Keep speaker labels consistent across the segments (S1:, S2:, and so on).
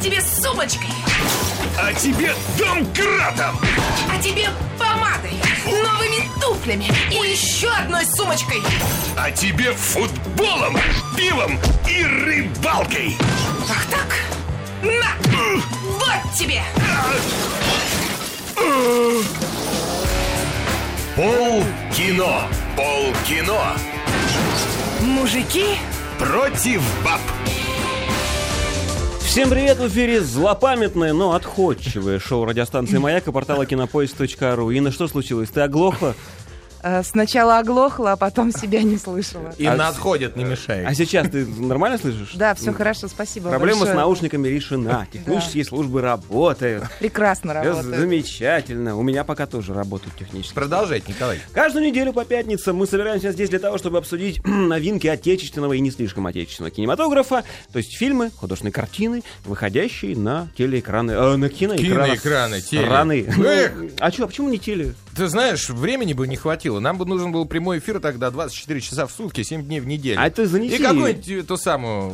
S1: тебе сумочкой,
S2: А тебе домкратом!
S1: а тебе помадой, новыми туфлями и еще одной сумочкой.
S2: А тебе футболом, пивом и рыбалкой!
S1: Ах так? На! Вот тебе!
S2: Пол кино! Пол кино!
S1: Мужики
S2: Против баб!
S3: Всем привет! В эфире злопамятное, но отходчивое шоу радиостанции «Маяк» и портала кинопоиск.ру. Инна, что случилось? Ты оглохла?
S4: А, Сначала оглохла, а потом себя не слышала.
S5: И на отходит, не мешает.
S3: А сейчас ты нормально слышишь?
S4: Да, все хорошо, спасибо
S3: Проблема с
S4: большое.
S3: наушниками решена. Технические службы работают.
S4: Прекрасно
S3: Всё
S4: работает.
S3: Замечательно. У меня пока тоже работают технические.
S5: Продолжайте, Николай.
S3: Каждую неделю по пятницам мы собираемся здесь для того, чтобы обсудить новинки отечественного и не слишком отечественного кинематографа, то есть фильмы, художественные картины, выходящие на телеэкраны, э, на киноэкраны.
S5: Киноэкраны, теле.
S3: Страны.
S5: Эх!
S3: А что, а почему не теле?
S5: Ты знаешь, времени бы не хватило. Нам бы нужен был прямой эфир тогда 24 часа в сутки, 7 дней в неделю.
S3: А это занеси.
S5: И какой-нибудь э, ту самую,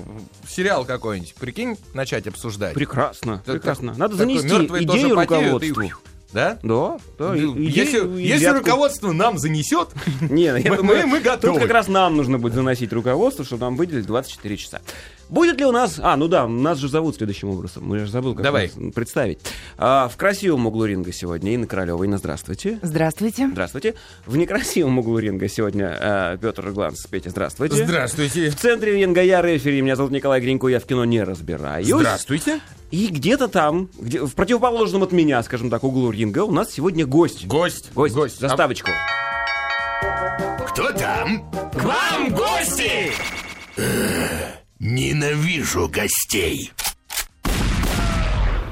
S5: сериал какой-нибудь, прикинь, начать обсуждать.
S3: Прекрасно,
S5: Так-
S3: прекрасно.
S5: так-
S3: Надо
S5: такой
S3: занести
S5: мертвые тоже
S3: идею
S5: потеют, и
S3: руководству.
S5: фью. Да?
S3: Да, да.
S5: Ну,
S3: и-
S5: если
S3: идею и
S5: если
S3: вятку.
S5: руководство нам занесет,
S3: Не, я
S5: Мы-
S3: думаю,
S5: мы- мы готовы.
S3: Тут как раз нам нужно будет заносить руководство, чтобы нам выделили 24 часа. Будет ли у нас... А, ну да, нас же зовут следующим образом. Мы же забыл, как
S5: Давай.
S3: нас представить. А, в красивом углу ринга сегодня Инна Королева. Инна, здравствуйте.
S4: Здравствуйте.
S3: Здравствуйте. В некрасивом углу ринга сегодня Петр Гланс. Петя, здравствуйте.
S5: здравствуйте.
S3: В центре ринга я рефери, меня зовут Николай Гринько, я в кино не разбираюсь.
S5: Здравствуйте.
S3: И где-то там, где, в противоположном от меня, скажем так, углу ринга, у нас сегодня гость.
S5: Гость. А
S3: Гость. Заставочку.
S2: Кто там? К вам гости! Ненавижу гостей.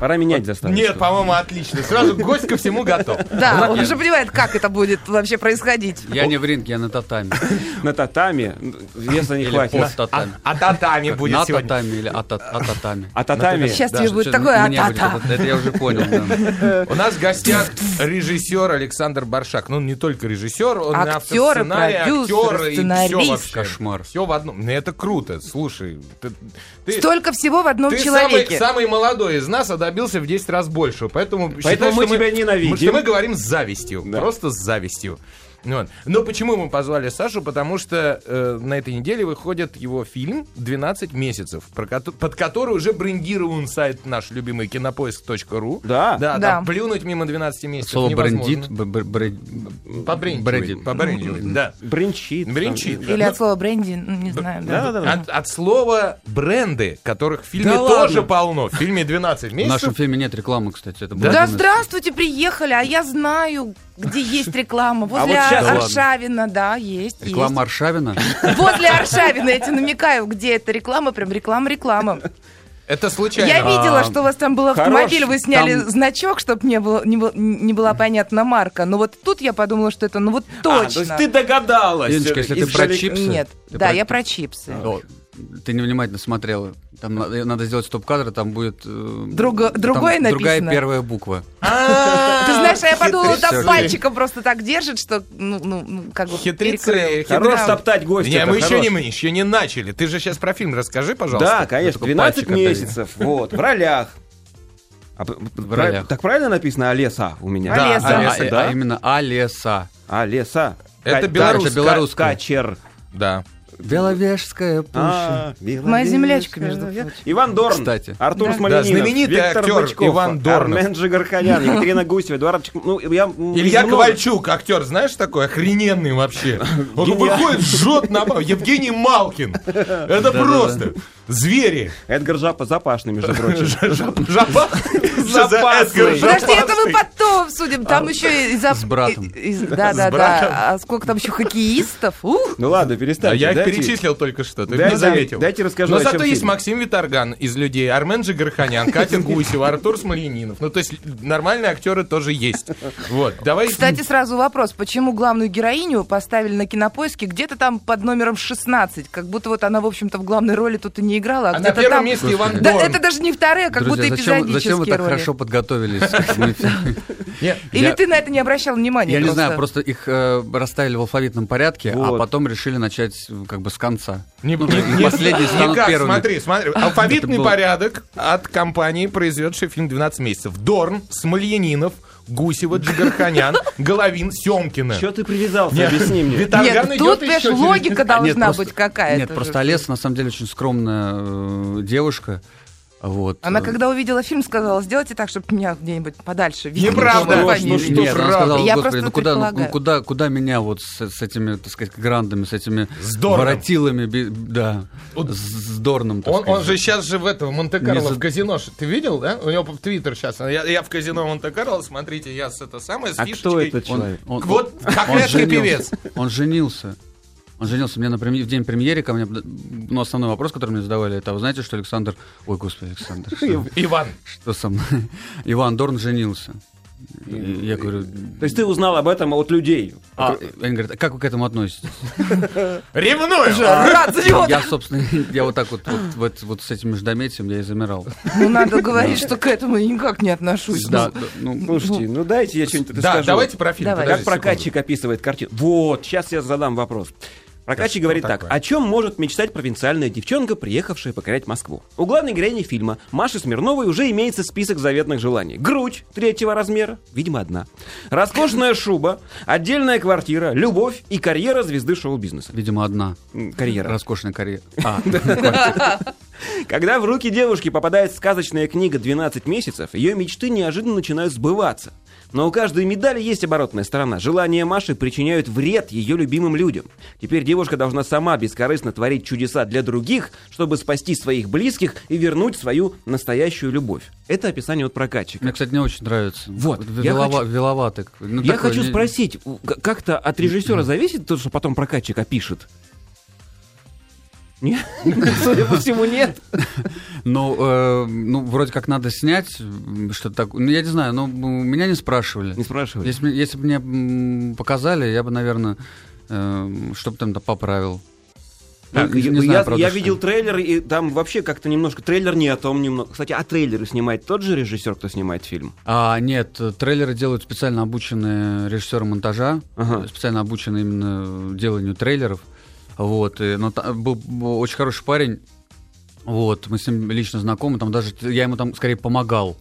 S3: Пора менять
S5: А-
S3: заставочку.
S5: Нет, по-моему, отлично. Сразу гость ко всему готов.
S4: Да, он уже понимает, как это будет вообще происходить.
S6: Я не в ринге, я на татами.
S3: на татами веса не
S6: Или
S3: хватит.
S6: под татами.
S5: А татами
S6: Как,
S5: будет
S6: на
S5: сегодня.
S6: татами или а та- а татами.
S3: А татами?
S4: Сейчас
S6: Да,
S4: тебе
S6: что-
S4: будет
S6: что
S4: такое а
S6: мне будет
S4: а-та-та.
S6: этот- Это я уже понял. да.
S5: У нас в гостях режиссер Александр Баршак. Ну, он не только режиссер, он и автор
S4: Актеры,
S5: сценария,
S4: продюсеры,
S5: актеры и
S4: сценарист.
S5: все вообще.
S6: Кошмар.
S5: Все в одном. Ну, Это круто. Слушай, ты, ты-
S4: Столько всего в одном
S5: ты самый,
S4: человеке.
S5: самый молодой из нас, а добился в 10 раз больше. Поэтому, считай,
S3: мы
S5: что
S3: тебя ненавидим.
S5: Что мы говорим с завистью.
S3: Да.
S5: Просто с завистью. Вот. Но почему мы позвали Сашу? Потому что э, на этой неделе выходит его фильм «12 месяцев», про кото- под который уже брендирован сайт наш любимый кинопоиск.ру.
S3: Да.
S5: Да,
S4: Да.
S5: там плюнуть мимо 12 месяцев
S6: Слово
S5: невозможно.
S6: брендит. б- бр- бред-
S5: Побрендивает.
S6: Брендит.
S5: Побрендивает, да.
S3: Бринчит.
S5: Бринчит.
S3: Там,
S4: Или
S5: Да.
S4: от слова бренди, ну, не знаю. да.
S3: Да, да, да.
S5: От, от слова бренды, которых в фильме
S3: Да
S5: тоже
S3: ладно?
S5: полно. В фильме 12
S6: В нашем
S5: месяцев.
S6: фильме нет рекламы, кстати. это был
S4: Да
S6: один из-
S4: здравствуйте, приехали, а я знаю, где есть реклама. Возле
S3: вот щас-
S4: Ар-
S6: Да ладно.
S4: Аршавина, да, есть, есть.
S6: Реклама Аршавина.
S4: Возле Аршавина, я тебе намекаю, где эта реклама, прям реклама-реклама.
S5: Это случайно.
S4: Я
S6: А,
S4: видела, что у вас там был
S3: хорош,
S4: автомобиль, вы сняли
S3: там-
S4: значок, чтобы не, было, не, было- не была понятна марка. Но вот тут я подумала, что это, ну вот
S3: А, то
S4: точно.
S3: есть ты догадалась.
S6: Иночка, если ты
S3: Из
S6: про
S3: шарик-
S6: чипсы.
S4: Нет,
S6: Ты
S4: да,
S6: про-
S4: я про чипсы.
S6: О, Ты невнимательно смотрела. Там на- э, надо, сделать стоп-кадр, там будет... э,
S4: Друго-
S6: там
S4: другое
S6: Другая
S4: написано?
S6: первая буква.
S4: Ты знаешь, а я подумала, там
S6: Хитрецы.
S4: пальчиком просто так держит, что, ну, ну, ну, как бы... перекрыл.
S5: Хитрецы.
S3: Хорош
S5: хитрецы.
S3: топтать гостя.
S5: Не, мы
S3: это
S5: еще не,
S3: хорош.
S5: мы еще не начали. Ты же сейчас про фильм расскажи, пожалуйста.
S3: Да, конечно,
S6: Только
S3: 12
S6: пальчиком дави.
S3: месяцев. Вот, в ролях. А, п- пра-
S6: ролях.
S3: Так правильно написано Олеса у меня?
S4: Да,
S6: А,
S4: Олеса.
S6: а- а
S3: да?
S6: именно Алеса.
S3: Олеса.
S5: Это
S3: Ка-
S5: белорусская.
S3: Ка-
S6: Это белорусская.
S3: Качер.
S5: Да.
S6: Беловежская пуща.
S3: А, белорусская.
S4: Моя землячка, между прочим.
S3: Иван Дорн.
S6: Кстати.
S3: Артур
S4: Да.
S3: Смоленинов.
S5: Да, знаменитый
S3: Виктор
S5: актер
S3: Бычков,
S5: Иван Дорнов.
S3: Армен Джигарханян, Екатерина Гусева, Эдуард Пчик- Ну, я... м,
S5: Илья
S3: много.
S5: Ковальчук, актер, знаешь такой? Охрененный вообще. Он
S3: Гениально.
S5: выходит, жжет на... ба- Евгений Малкин. Это просто. Звери.
S3: Эдгар Жапа запашный, между прочим.
S5: Запасный.
S4: Подожди, это мы потом судим. Там еще и за...
S6: С братом.
S4: и- и- Да, да, да. А сколько там еще хоккеистов? Ух!
S3: Ну ладно,
S5: Да,
S3: перестань.
S5: А я их перечислил только что, ты
S3: Дайте-
S5: не заметил.
S3: дайте расскажу,
S5: Но
S3: о чем
S5: зато есть
S3: фильм.
S5: Максим Виторган из «Людей», Армен Джигарханян, Катя Гусева, Артур Смоленинов. Ну, то есть нормальные актеры тоже есть. Вот, давай...
S4: Кстати, сразу вопрос, почему главную героиню поставили на кинопоиске где-то там под номером 16, как будто вот она, в общем-то, в главной роли тут и не не играла, а,
S7: А на
S4: где-то
S7: первом
S4: там...
S7: месте Иван
S4: Да,
S7: Дорн.
S4: это даже не вторые, а как
S6: Друзья,
S4: будто
S6: зачем,
S4: эпизодические
S6: зачем вы так
S4: роли.
S6: хорошо подготовились?
S7: Нет,
S4: Или
S6: Я-
S4: ты на это не обращал внимания
S6: Я не
S4: просто?
S6: знаю, просто их э, расставили в алфавитном порядке, а
S3: Вот.
S6: потом решили начать э, как бы с конца.
S7: Не-
S6: Ну,
S7: не- не-
S6: последние станут
S7: никак,
S6: первыми.
S7: смотри, смотри. Алфавитный
S6: Это было-
S7: порядок от компании, произведшей фильм «12 месяцев». Дорн, Смольянинов, Гусева, Джигарханян, Головин, Семкина.
S3: Чё ты привязался, объясни мне.
S7: Виторган
S4: Нет,
S7: идет
S4: тут,
S7: еще
S4: понимаешь,
S7: через-
S4: логика
S6: А,
S4: должна
S6: просто-
S4: быть какая-то.
S6: Нет,
S4: же.
S6: просто Олеса на самом деле очень скромная э, девушка. Вот.
S4: Она
S6: Э,
S4: когда увидела фильм, сказала, сделайте так, чтобы меня где-нибудь подальше видели.
S7: Неправда.
S4: чтобы
S3: Ну,
S4: они
S3: ну, что
S4: видели».
S6: Нет, она
S7: правда.
S6: сказала,
S4: Я
S6: «Господи,
S4: просто
S6: ну куда, ну,
S4: предполагаю.
S6: куда, куда меня вот с, с этими, так сказать, грандами, с этими
S7: С Дорном.
S6: воротилами, би- да,
S7: Вот
S6: с, с Дорном, так
S7: Он,
S6: сказать.
S7: он же сейчас же в этом в
S6: Не
S7: Монте-Карло
S6: за-
S7: в казино. ж- Ты видел, да? У него в Твиттер сейчас. Я, я в казино Монте-Карло, смотрите, я с это самое, с
S3: А кто
S7: фишечкой.
S3: этот
S6: Он-
S3: человек?
S6: он-
S7: Вот как
S6: он
S7: редкий
S6: женился.
S7: певец.
S6: Он женился. Он женился. Мне на преми- в день премьеры ко мне... под- Ну, основной вопрос, который мне задавали, это, вы знаете, что Александр... Ой, господи, Александр, что,
S7: Иван.
S6: что со мной? Иван Дорн женился. И Я говорю...
S3: То есть ты узнал об этом от людей?
S6: «А, Они говорят, «А как вы к этому относитесь?
S7: Ревную!
S4: Рад за него.
S6: Я, собственно, я вот так вот, вот, вот- вот с этим междометием я и замирал.
S4: Ну, надо говорить, что к этому я никак не отношусь.
S6: Да,
S4: Ну,
S6: да, ну,
S3: Слушайте, ну дайте я что-нибудь
S7: Да,
S3: расскажу.
S7: давайте про фильм.
S4: Давай.
S3: Как
S7: подожди секунду.
S3: прокатчик описывает картину? Вот, сейчас я задам вопрос. Прокатчик говорит так.
S7: такое?
S3: О чем может мечтать провинциальная девчонка, приехавшая покорять Москву? У главной героини фильма Маши Смирновой уже имеется список заветных желаний. Грудь третьего размера, видимо, одна. Роскошная шуба, отдельная квартира, любовь и карьера звезды шоу-бизнеса.
S6: видимо, одна.
S3: М, Карьера.
S6: Роскошная карьера. А,
S3: Когда в руки девушки попадает сказочная книга «12 месяцев», ее мечты неожиданно начинают сбываться. Но у каждой медали есть оборотная сторона. Желания Маши причиняют вред ее любимым людям. Теперь девушка должна сама бескорыстно творить чудеса для других, чтобы спасти своих близких и вернуть свою настоящую любовь. Это описание от прокатчика.
S6: мне, кстати, не очень нравится.
S3: Вот,
S6: В-
S3: я
S6: велова-
S3: хочу-
S6: Веловатый. Ну,
S3: Я
S6: такой
S3: хочу
S6: не-
S3: спросить, у- к- как-то от режиссера зависит то, что потом прокатчик опишет? Нет? Судя по всему, нет.
S6: Ну, э, ну, вроде как надо снять м, что-то такое. Ну, я не знаю, но м, меня не спрашивали.
S3: Не спрашивай.
S6: Если, бы- если бы мне м, показали, я бы, наверное, э, что бы там-то поправил.
S3: Ну,
S6: Ну, не
S3: я,
S6: знаю,
S3: я-
S6: правда,
S3: я
S6: что-
S3: видел трейлер, и там вообще как-то немножко трейлер не о том немного. Кстати, а трейлеры снимает тот же режиссер, кто снимает фильм?
S6: А, нет, э, трейлеры делают специально обученные режиссеры монтажа,
S3: Ага.
S6: э, специально обученные именно деланию трейлеров. Вот, и- но та- был, был очень хороший парень. Вот, мы с ним лично знакомы, там даже я ему там скорее помогал.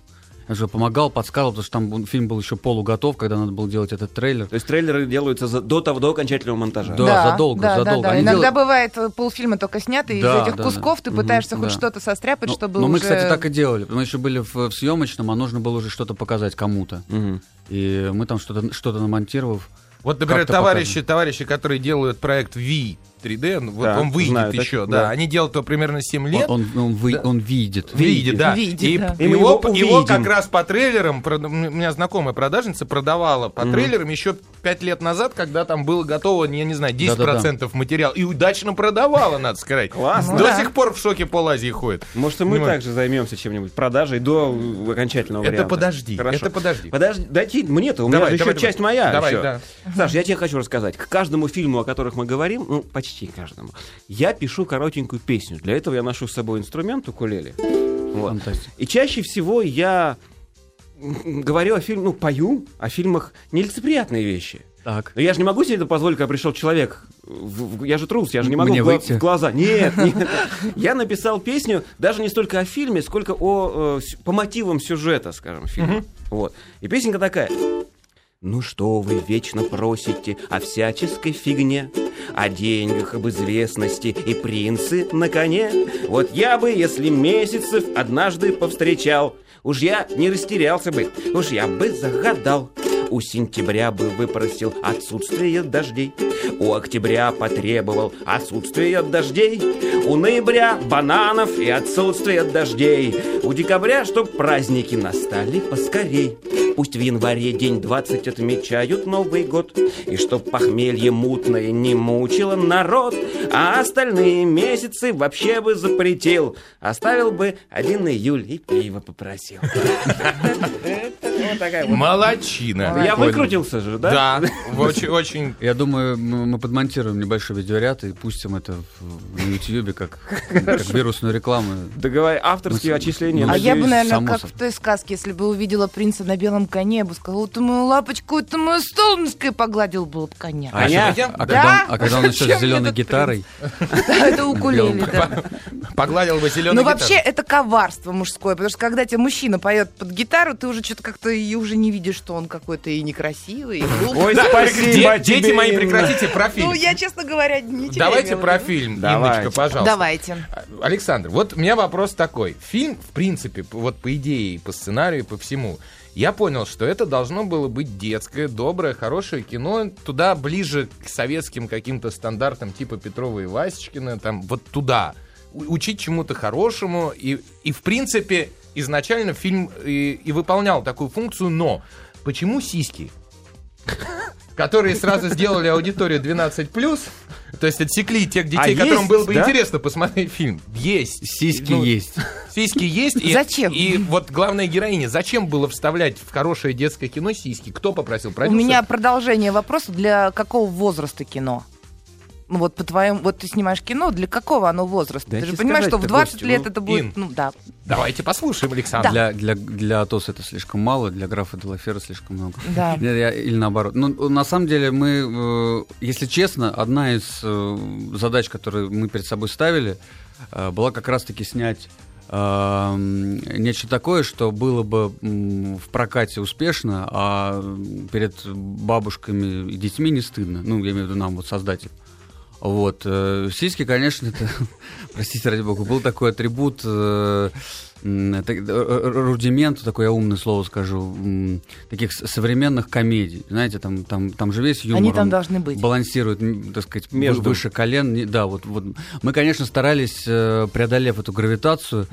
S6: Я же помогал, подсказывал, потому что там был- фильм был еще полуготов, когда надо было делать этот трейлер.
S3: То есть трейлеры делаются за- до того, до окончательного монтажа.
S6: Да. задолго,
S4: да, да,
S6: задолго.
S4: да.
S6: Они
S4: Иногда
S6: делают-
S4: бывает э, полфильма только снято, и
S6: Да,
S4: из этих
S6: да,
S4: кусков
S6: да.
S4: ты
S6: Мгм,
S4: пытаешься хоть
S6: да.
S4: что-то состряпать,
S6: Но,
S4: чтобы
S6: но мы,
S4: уже-
S6: кстати, так и делали. Мы еще были в, в съемочном, а нужно было уже что-то показать кому-то.
S3: Мгм.
S6: И мы там что-то что намонтировав.
S7: Вот, например,
S6: Как-то
S7: товарищи, товарищи, которые делают проект V 3D, ну, вот
S3: Да,
S7: он выйдет
S3: знаю, так-
S7: еще, да.
S3: да.
S7: Они делают его примерно 7
S6: Он,
S7: лет.
S6: он, он вы- он видит.
S7: Видит, да.
S4: Видит,
S7: и,
S4: да.
S7: и
S3: И мы
S7: его,
S3: его
S7: его
S3: увидим.
S7: как раз по трейлерам, прод- у меня знакомая продажница продавала по
S3: Мгм.
S7: трейлерам еще 5 лет назад, когда там было готово, я не знаю, 10%
S6: Да-да-да.
S7: материала. И удачно продавала, надо сказать.
S3: Классно.
S7: До
S4: Да.
S7: сих пор в шоке пол Азии ходит.
S3: Может, и мы
S7: Понимаю.
S3: также займемся чем-нибудь продажей до э, окончательного
S7: Это
S3: варианта.
S7: подожди,
S3: Хорошо.
S7: это подожди.
S3: Подожди, дайте мне-то, у меня
S7: Давай,
S3: же
S7: давай,
S3: еще
S7: давай.
S3: часть моя.
S7: Давай,
S3: еще.
S7: да.
S3: Саш, я тебе хочу рассказать. К каждому фильму, о которых мы говорим, ну, почти каждому, я пишу коротенькую песню. Для этого я ношу с собой инструмент укулеле. Вот.
S6: Фантастика.
S3: И чаще всего я м, говорю о фильмах, ну, пою о фильмах нелицеприятные вещи.
S6: Так.
S3: Но я же не могу себе это позволить, когда пришел человек. в- в- я же трус, я же не могу
S6: Мне
S3: в, гла-
S6: выйти?
S3: в глаза. Нет, нет. Я написал песню даже не столько о фильме, сколько о, э, сю- по мотивам сюжета, скажем, фильма. Вот. И песенка такая. Ну что вы вечно просите о всяческой фигне, О деньгах, об известности и принцы на коне? Вот я бы, если месяцев однажды повстречал, Уж я не растерялся бы, уж я бы загадал. У сентября бы выпросил отсутствие дождей, У октября потребовал отсутствие дождей, У ноября бананов и отсутствие дождей, У декабря, чтоб праздники настали поскорей. Пусть в январе день 20 отмечают Новый год И чтоб похмелье мутное не мучило народ А остальные месяцы вообще бы запретил Оставил бы один июль и пиво попросил Вот такая вот.
S7: Молодчина.
S3: Я выкрутился же, да?
S7: Да, очень, очень.
S6: Я думаю, м- мы подмонтируем небольшой видеоряд и пустим это в- на Ютьюбе как, как вирусную рекламу.
S3: Договор... Авторские
S6: Ну,
S3: отчисления.
S6: ну,
S4: А я бы,
S6: Надеюсь,
S4: наверное,
S6: само
S4: как
S6: собой.
S4: в той сказке, если бы увидела принца на белом коне, я бы сказала, ты мою лапочку, ты мою солнышко, и погладил бы вот коня.
S3: А я-
S6: А когда, он- а когда он
S4: Зачем
S6: еще с
S4: мне
S6: зеленой
S4: этот
S6: гитарой,
S4: Это укулеле, да.
S7: Погладил бы зеленый
S4: Ну, вообще, это коварство мужское, потому что когда тебе мужчина поет под гитару, ты уже что-то как-то и уже не видишь, что он какой-то и некрасивый, и глупый.
S3: Ой, спасибо
S7: Дети
S3: тебе,
S7: мои,
S3: Инна.
S7: прекратите про
S4: Ну,
S7: фильм.
S4: я, честно говоря, ничего не
S7: Давайте
S4: имела в
S7: про
S4: виду.
S7: фильм,
S3: Давайте.
S7: Инночка, пожалуйста.
S4: Давайте.
S7: А, Александр, вот у меня вопрос такой. Фильм, в принципе, п- вот по идее, и по сценарию, и по всему, я понял, что это должно было быть детское, доброе, хорошее кино, туда ближе к советским каким-то стандартам типа Петрова и Васечкина, там вот туда. У- Учить чему-то хорошему. И, и в принципе, изначально фильм и, и выполнял такую функцию, но почему сиськи? которые сразу сделали аудиторию 12+, то есть отсекли тех детей,
S3: А
S7: которым
S3: есть,
S7: было бы
S3: да?
S7: интересно посмотреть фильм. Есть.
S6: сиськи
S7: Ну,
S6: есть.
S7: Сиськи есть. И,
S4: Зачем?
S7: И вот главная героиня. Зачем было вставлять в хорошее детское кино сиськи? Кто попросил?
S4: У
S7: Продюсер?
S4: меня продолжение вопроса. Для какого возраста кино? Ну вот по твоему, вот ты снимаешь кино, для какого оно возраста?
S3: Дайте
S4: ты же понимаешь, что в
S3: сказать-то,
S4: 20
S3: Костя,
S4: лет
S3: ну,
S4: это будет,
S7: Ин.
S4: ну да.
S7: Давайте послушаем, Александр.
S4: Да.
S6: Для, для, для Атоса это слишком мало, для графа Делафера слишком много.
S4: Да.
S6: Нет, я- или наоборот. Ну, на самом деле, мы, э, если честно, одна из э, задач, которые мы перед собой ставили, э, была как раз-таки снять э, м, нечто такое, что было бы м, в прокате успешно, а м, перед бабушками и детьми не стыдно. Ну, я имею в виду нам, вот создатель. Вот. э, Сиськи, конечно, это, простите, ради бога, был такой атрибут, э, м, это, э, э, рудимент, такое я умное слово скажу, м, таких с- современных комедий. Знаете, там, там, там же весь юмор.
S4: Они там
S6: он
S4: должны быть.
S6: Балансирует, м, так сказать,
S3: Между.
S6: Между. выше колен. Не- Да, вот, вот. Мы, конечно, старались, э, преодолев эту гравитацию,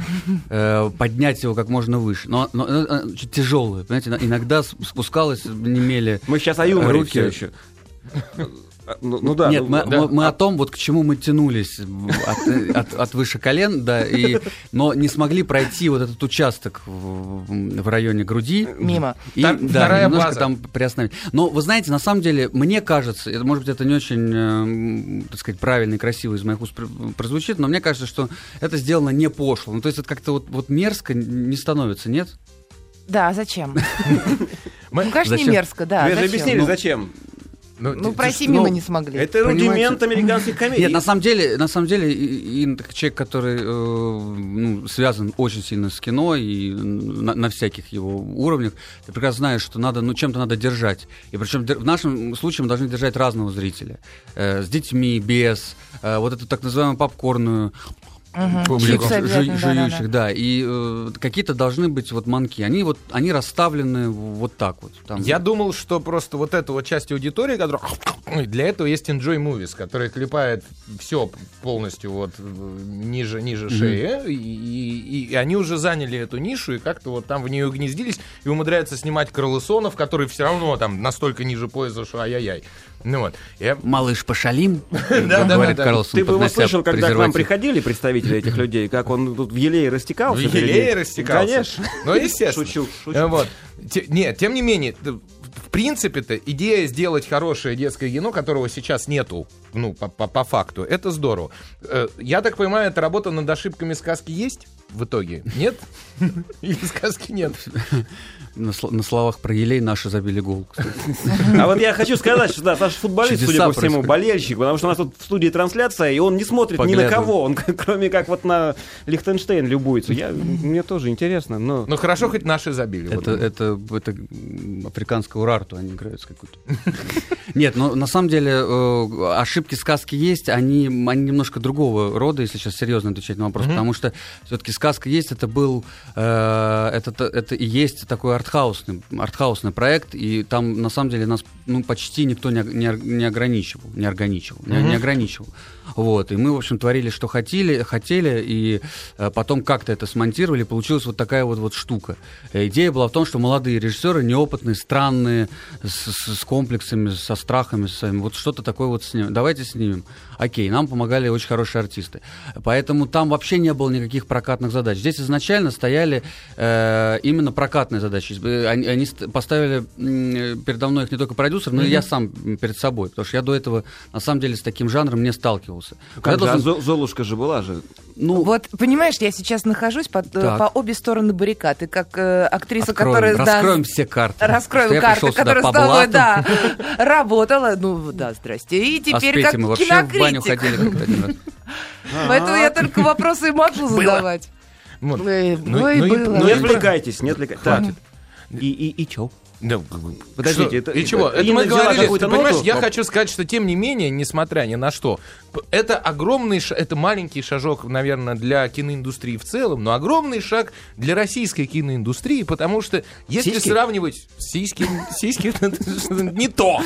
S6: э, поднять его как можно выше. Но, но, э, э, чуть тяжелое, понимаете, на- иногда с- спускалось, немели
S3: Мы сейчас о юморе
S6: Руки.
S3: все еще. Ну, ну да.
S6: Нет,
S3: ну,
S6: мы,
S3: да.
S6: мы- мы о том, вот к чему мы тянулись от, от- от выше колен, да, и, но не смогли пройти вот этот участок в, в районе груди.
S4: Мимо.
S6: И,
S7: Там
S6: да,
S7: вторая
S6: немножко
S7: база.
S6: там приостановить. Но вы знаете, на самом деле, мне кажется, это, может быть, это не очень, эм, так сказать, правильно и красиво из моих уст пр- прозвучит, но мне кажется, что это сделано не пошло. Ну, то есть это как-то вот, вот мерзко не становится, нет?
S4: Да, зачем?
S7: Мы-
S4: Ну, конечно, не
S6: А, Зачем?
S4: мерзко, да.
S3: Вы же
S4: зачем?
S3: объяснили, зачем?
S7: Ну,
S4: Ну,
S7: т-
S4: пройти
S6: ну,
S4: мимо не смогли.
S3: Это
S6: Понимаете?
S3: рудимент американских комедий.
S6: Нет, на самом деле, на самом деле, и- и как человек, который э, ну, связан очень сильно с кино и на, на всяких его уровнях, ты прекрасно знаешь, что надо, ну, чем-то надо держать. И причем дер- в нашем случае мы должны держать разного зрителя. Э, с детьми, без, э, вот эту так называемую попкорную
S4: Мгм.
S6: публику
S4: Чипсы
S6: жи-
S4: обязательно, да-да-да.
S6: жующих, да. И э, какие-то должны быть вот манки. Они вот, они расставлены вот так вот. Там.
S7: Я думал, что просто вот эта вот часть аудитории, которая... Ой, Для этого есть Enjoy Movies, который клепает все полностью вот э, ниже, ниже шеи, и, и- и они уже заняли эту нишу, и как-то вот там в нее гнездились, и умудряются снимать Крылысонов, который все равно там настолько ниже пояса, что ай-яй-яй. Ну вот. Я-
S6: Малыш, пошалим,
S7: да,
S6: говорит
S7: да.
S6: Карлсон,
S3: Ты бы его
S6: поднося
S3: слышал, когда к нам
S6: презерватив.
S3: приходили представители этих людей, как он тут в елее
S7: В
S3: растекался. перед
S7: елее
S3: ним.
S7: Ну, растекался.
S3: Конечно.
S7: Ну, естественно.
S3: Шучу, шучу.
S7: Э, Вот. Те- нет, тем не менее, т- в принципе-то идея сделать хорошее детское кино, которого сейчас нету, ну, по, по- по факту, это здорово. Э, я так понимаю, эта работа над ошибками сказки есть в итоге? Нет? Или сказки нет?
S6: На, сл- на словах про елей наши забили гол. кстати.
S3: А вот я хочу сказать, что да, Саша футболист,
S6: Чудеса
S3: судя по всему,
S6: происходят.
S3: болельщик, потому что у нас тут в студии трансляция, и он не смотрит ни на
S6: Поглядывает.
S3: кого, он к- кроме как вот на Лихтенштейн любуется. Я, мне тоже интересно, но...
S7: Ну хорошо, хоть наши забили. вот.
S6: Это, это, это м, африканская урарту они играют с какой-то. Нет, но на самом деле э, ошибки сказки есть, они, они немножко другого рода, если сейчас серьезно отвечать на вопрос, потому что все-таки сказка есть, это был, э, это, т- это и есть такой артхаусный, артхаусный проект, и там на самом деле нас ну, почти никто не, ог- не, ор- не ограничивал, не ограничивал, не- не ограничивал. Вот, и мы, в общем, творили, что хотели, хотели, и э, потом как-то это смонтировали, получилась вот такая вот, вот штука. Э, Идея была в том, что молодые режиссеры, неопытные, странные, с, с- с комплексами, со страхами своими, вот что-то такое вот снимем. Давайте снимем. Окей, нам помогали очень хорошие артисты. Поэтому там вообще не было никаких прокатных прокатных задач. Здесь изначально стояли э, именно прокатные задачи. Э, Они, они ст- поставили м, передо мной их не только продюсер, но и я сам м, перед собой, потому что я до этого на самом деле с таким жанром не сталкивался. Я
S3: Как же, а
S6: должен-
S3: Зо- Золушка же была же.
S6: ну,
S4: Вот, понимаешь, я сейчас нахожусь под, э,
S6: Так.
S4: по обе стороны баррикад. И как э, актриса,
S6: Откроем,
S4: которая... да,
S6: раскроем все карты.
S4: Раскроем
S6: Что я
S4: карты,
S6: пришел сюда
S4: которая
S6: по
S4: с тобой,
S6: блату.
S4: да, работала. Ну, да, здрасте. И
S6: А
S4: теперь
S6: с
S4: как
S6: Петей мы вообще в баню
S4: кинокритик.
S6: ходили как-то один раз.
S4: Поэтому я только вопросы и могу задавать.
S7: Вот.
S4: Ой,
S7: Ну,
S4: ой,
S7: ну и-
S4: было.
S7: ну
S3: Не
S7: и-
S3: отвлекайтесь, не отвлекайтесь.
S7: Хватит.
S3: И, и, и чё?
S7: Да,
S3: Подождите,
S7: что?
S3: это-
S7: и чего?
S3: это
S7: Это мы
S3: Инна взяла
S7: говорили.
S3: какую-то
S7: Ты понимаешь,
S3: ноту,
S7: я
S3: но-
S7: хочу сказать, что тем не менее, несмотря ни на что, п- это огромный, ш- это маленький шажок, наверное, для киноиндустрии в целом, но огромный шаг для российской киноиндустрии, потому что если
S3: Сиськи?
S7: сравнивать сиськи, сиськи, это что-то не то,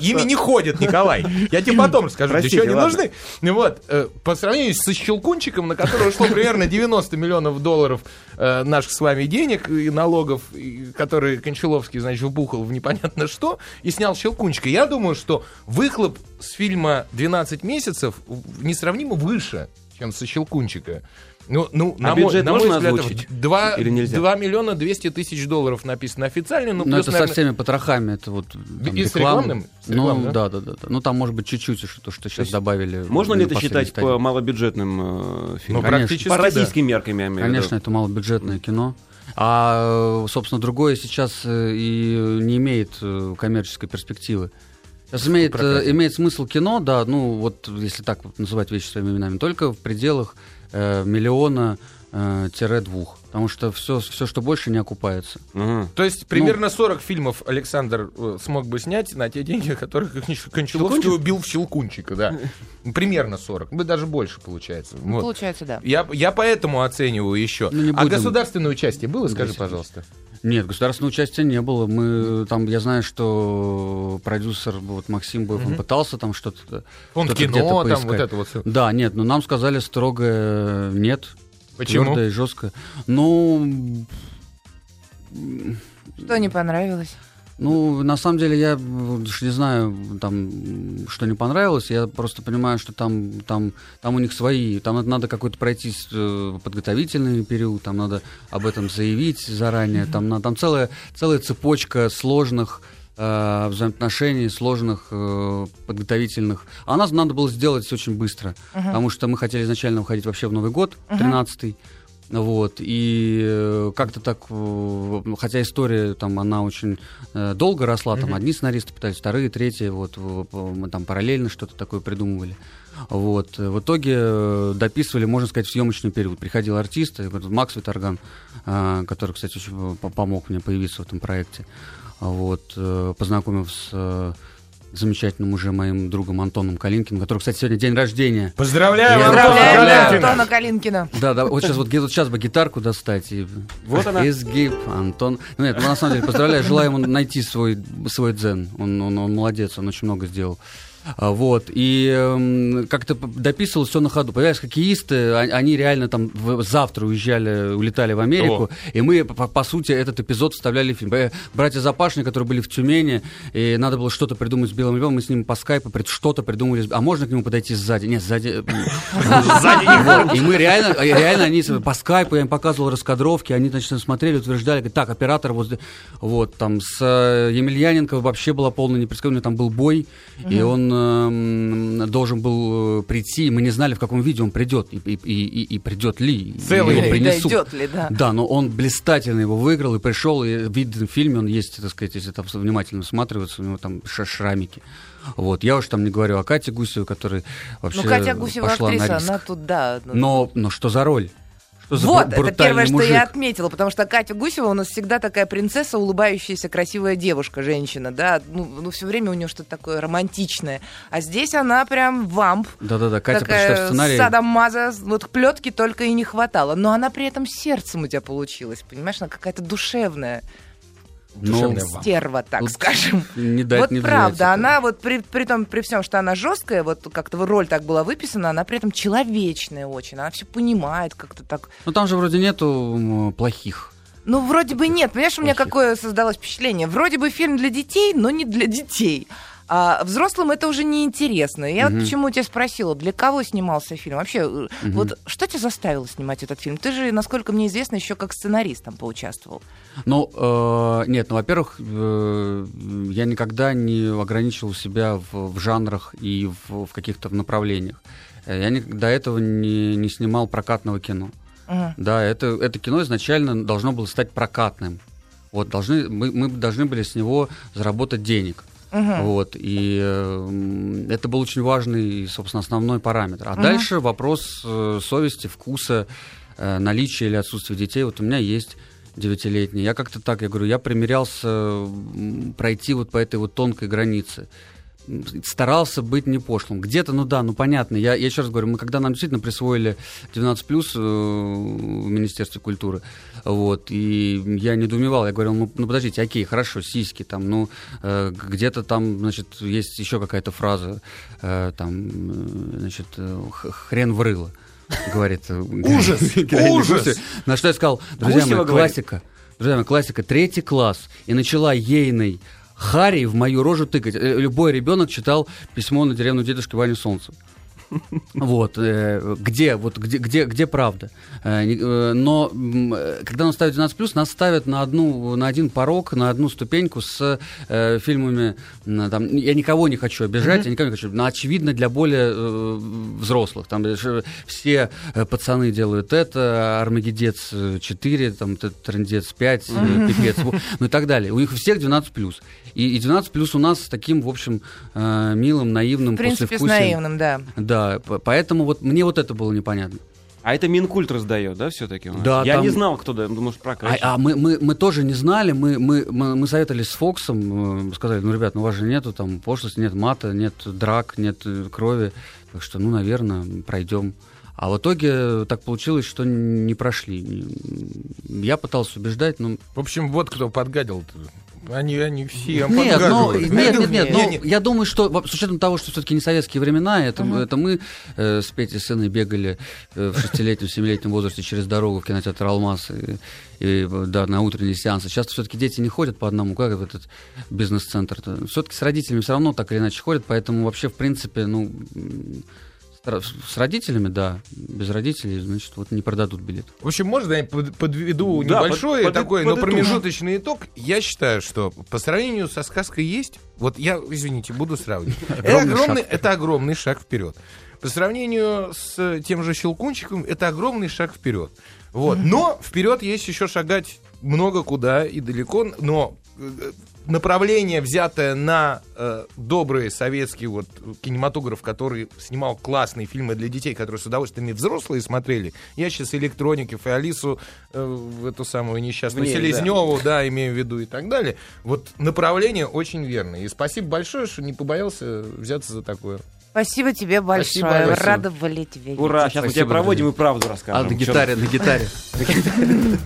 S7: ими не ходят, Николай. Я тебе потом расскажу,
S3: Простите,
S7: еще они
S3: ладно.
S7: нужны. Ну вот, э, по сравнению со щелкунчиком, на который ушло примерно 90 миллионов долларов э, наших с вами денег и налогов, и которые Кончаловский, значит, вбухал в непонятно что и снял щелкунчика. Я думаю, что выхлоп с фильма «12 месяцев» в- несравнимо выше, чем со щелкунчика. Ну, ну,
S3: А
S7: на, мой,
S3: бюджет
S7: на мой
S3: можно
S7: взгляд,
S3: озвучить?
S7: 2,
S3: Или нельзя?
S7: миллиона 200 тысяч долларов написано официально.
S6: Ну,
S7: Ну, плюс,
S6: это со
S7: наверное,
S6: всеми потрохами, это вот там,
S7: и с рекламным? С рекламным,
S6: ну,
S7: да?
S6: да, да, да, да. Ну, там, может быть, чуть-чуть еще то, что сейчас добавили.
S3: Можно
S6: на
S3: ли это
S6: последней
S3: считать
S6: стадии.
S3: по малобюджетным э,
S7: Ну,
S3: фильмам?
S6: конечно.
S7: практически,
S3: По
S7: да.
S3: российским меркам, я имею в виду.
S6: Конечно, это малобюджетное кино. А, э, собственно, другое сейчас э, и не имеет э, коммерческой перспективы. Сейчас имеет, э, имеет смысл кино, да, ну вот если так вот называть вещи своими именами, только в пределах э, миллиона э, тире двух. Потому что все, все, что больше, не окупается.
S3: Мгм.
S7: То есть примерно 40 фильмов Александр э, смог бы снять на те деньги, которые Конч- Кончаловский убил в Щелкунчика, да. Примерно 40, ну, даже больше получается. Вот.
S4: Получается, да.
S7: Я, я поэтому оцениваю еще.
S6: Ну, не
S7: а
S6: будем.
S7: государственное участие было, скажи,
S6: Государственное.
S7: пожалуйста.
S6: Нет, государственного участия не было. Мы э, там, я знаю, что продюсер вот Максим Боев, он пытался там что-то.
S7: Он
S6: что-то где-то
S7: кино, там
S6: поискать.
S7: вот это вот все.
S6: Да, нет, но нам сказали строго э, нет.
S7: Почему?
S6: Твердо и жестко. Ну,
S4: Что не понравилось?
S6: ну, на самом деле, я м, уж не знаю, там, м, что не понравилось. Я просто понимаю, что там, там, там у них свои. Там надо- надо какой-то пройти э, подготовительный период, там надо об этом заявить заранее. Там, на- там целая, целая цепочка сложных э, взаимоотношений, сложных э, подготовительных. А нас надо было сделать очень быстро, потому что мы хотели изначально уходить вообще в Новый год, 13-й. Вот, и э, как-то так, э, хотя история там, она очень э, долго росла, там одни сценаристы пытались, вторые, третьи, вот, в- в- мы там параллельно что-то такое придумывали. Вот, э, в итоге э, дописывали, можно сказать, в съемочный период. Приходил артист, э, вот Макс Виторган, э, который, кстати, очень по- помог мне появиться в этом проекте, вот, э, познакомив с э, замечательным уже моим другом Антоном Калинкиным, который, кстати, сегодня день рождения.
S7: Поздравляю,
S6: Я-
S4: Поздравляем да,
S6: Антона
S7: Калинкина.
S4: Антона Калинкина.
S6: Да, да, вот сейчас вот, ге- вот сейчас бы гитарку достать и
S3: Вот она.
S6: изгиб, Антон. Ну, Нет, ну, на самом деле поздравляю, желаю ему найти свой свой дзен. Он, он, он молодец, он очень много сделал. А, Вот, и эм, как-то п- дописывал все на ходу. Появились хоккеисты, а- они реально там в- завтра уезжали, улетали в Америку, и мы, по, по сути, этот эпизод вставляли в фильм. Э, Братья Запашни, которые были в Тюмени, и надо было что-то придумать с Белым Львом, мы с ним по скайпу пред- что-то придумали. А можно к нему подойти сзади? Нет, сзади... Сзади И мы реально, э, реально они с- по скайпу, я им показывал раскадровки, они, значит, смотрели, утверждали, говорят, так, оператор вот, здесь». вот там с э, Емельяненко вообще была полная непредсказуемая, там был бой, и он эм, должен был э, прийти, и мы не знали, в каком виде он придет, и, и- и- и- и придет ли, и
S7: Целый
S6: его
S7: ли.
S6: принесут.
S4: Дойдет ли, да.
S6: Да, но он блистательно его выиграл и пришел, и видно в фильме, он есть, так сказать, если там внимательно всматриваться, у него там ша- шрамики. Вот, я уж там не говорю о Кате Гусевой, которая вообще
S4: Ну, Катя Гусева
S6: пошла на
S4: актриса,
S6: риск.
S4: она тут, да. ну,
S6: Но, но что за роль? Что за
S4: Вот,
S6: бру-
S4: это
S6: брутальный
S4: первое,
S6: мужик?
S4: что я отметила, потому что Катя Гусева у нас всегда такая принцесса, улыбающаяся, красивая девушка, женщина, да, ну, все время у нее что-то такое романтичное. А здесь она прям вамп.
S6: Да-да-да, Катя, прочитав
S4: такая
S6: сценарий.
S4: садомаза, вот плетки только и не хватало. Но она при этом сердцем у тебя получилась, понимаешь, она какая-то душевная
S6: Ну,
S7: Душевная вампа.
S4: стерва, так
S6: Тут
S4: скажем.
S6: не дать
S4: вот
S6: не взять
S4: правда,
S6: это.
S4: она вот при, при том, при всем, что она жесткая, вот как-то вот роль так была выписана, она при этом человечная очень, она все понимает как-то так.
S6: Ну там же вроде нету м, плохих.
S4: Ну, вроде бы нет, понимаешь, у меня
S6: Плохих.
S4: какое создалось впечатление. Вроде бы фильм для детей, но не для детей. А взрослым это уже не интересно. Я вот почему тебя спросила, для кого снимался фильм? Вообще, э, вот что тебя заставило снимать этот фильм? Ты же, насколько мне известно, еще как сценарист там поучаствовал.
S6: Ну, э, нет, ну, во-первых, э, я никогда не ограничивал себя в, в жанрах и в, в каких-то направлениях. Э, Я ни- до этого не, не снимал прокатного кино.
S4: Мгм.
S6: Да, это, это кино изначально должно было стать прокатным. Вот, должны, мы, мы должны были с него заработать денег.
S4: Мгм.
S6: Вот, и э, м, это был очень важный, собственно, основной параметр. А дальше вопрос э, совести, вкуса, э, наличия или отсутствия детей. Вот у меня есть девятилетний. Я как-то так, я говорю, я примерялся м, пройти вот по этой вот тонкой границе. М, Старался быть не пошлым. Где-то, ну да, ну понятно. Я, я еще раз говорю, мы когда нам действительно присвоили 12 плюс э, в Министерстве культуры, вот, и я недоумевал, я говорил, ну, ну подождите, окей, хорошо, сиськи там, ну э, где-то там, значит, есть еще какая-то фраза, э, там, э, значит, э, х- хрен в рыло, говорит. э,
S7: Ужас,
S6: героиня
S7: ужас.
S6: Гусева. На что я сказал, друзья
S3: Гусева
S6: мои,
S3: говорит.
S6: классика, друзья мои, классика, третий класс, и начала ейной Хари в мою рожу тыкать. Э, Любой ребенок читал письмо на деревню дедушки Ваню Солнца. Вот, э, где, вот где, где, где правда. Э, не- э, но м, э, когда нас ставят 12+, нас ставят на, одну, на один порог, на одну ступеньку с э, фильмами, м, там, я никого не хочу обижать, я никого не хочу, но очевидно для более э, взрослых. Там э, ш- все э, пацаны делают это, Армагеддец э, 4, там, т- Трындец 5, э, Пипец, во- ну и так далее. У них у всех 12+. И, и 12+, у нас с таким, в общем, э, милым, наивным,
S4: В принципе, с
S6: послевкусием.
S4: наивным, да.
S6: Да, п- поэтому вот мне вот это было непонятно.
S3: А это Минкульт раздает, да, все-таки?
S6: Да,
S3: Я
S6: там-
S3: не знал, кто да, может,
S6: А,
S3: прокачивает.
S6: а мы, мы, мы тоже не знали, мы, мы, мы, мы советовались с Фоксом, э, сказали, ну, ребят, ну, у вас же нету там пошлости, нет мата, нет драк, нет э, крови, так что, ну, наверное, пройдем. А в итоге так получилось, что не прошли. Я пытался убеждать, но...
S7: В общем, вот кто подгадил. Они, они все
S6: Нет, но,
S7: подгадывают.
S6: нет, нет, ну, нет, но
S7: Не, не.
S6: я думаю, что во- с учетом того, что все-таки не советские времена, это, это мы э, с Петей сыном бегали э, в шестилетнем, семилетнем возрасте через дорогу в кинотеатр «Алмаз» и, и, э, да, на утренние сеансы. Сейчас все-таки дети не ходят по одному, как в этот бизнес-центр. Все-таки с родителями все равно так или иначе ходят, поэтому вообще, в принципе, ну... м, стра- С родителями, да, без родителей, значит, вот не продадут билет.
S7: В общем, можно я под- подведу
S3: Да,
S7: небольшой
S3: под- под-
S7: такой, но
S3: подытожим.
S7: промежуточный итог? Я считаю, что по сравнению со сказкой есть, вот я, извините, буду сравнивать. Это
S6: Огромный
S7: огромный,
S6: шаг.
S7: это огромный шаг вперед. По сравнению с тем же Щелкунчиком, это огромный шаг вперед. Вот. Но вперед есть еще шагать много куда и далеко, но э, направление, взятое на э, добрый советский вот кинематограф, который снимал классные фильмы для детей, которые с удовольствием и взрослые смотрели. Я сейчас электроников и Алису, э, в эту самую несчастную
S3: В ней, да.
S7: Селезневу, да. имею в виду и так далее. Вот направление очень верное. И спасибо большое, что не побоялся взяться за такое.
S4: Спасибо тебе большое.
S7: Спасибо.
S4: Рада были тебя видеть.
S3: Ура, сейчас мы
S6: Спасибо,
S3: тебя проводим и правду
S6: А
S3: расскажем.
S6: на
S3: Чёрт.
S6: гитаре, на гитаре.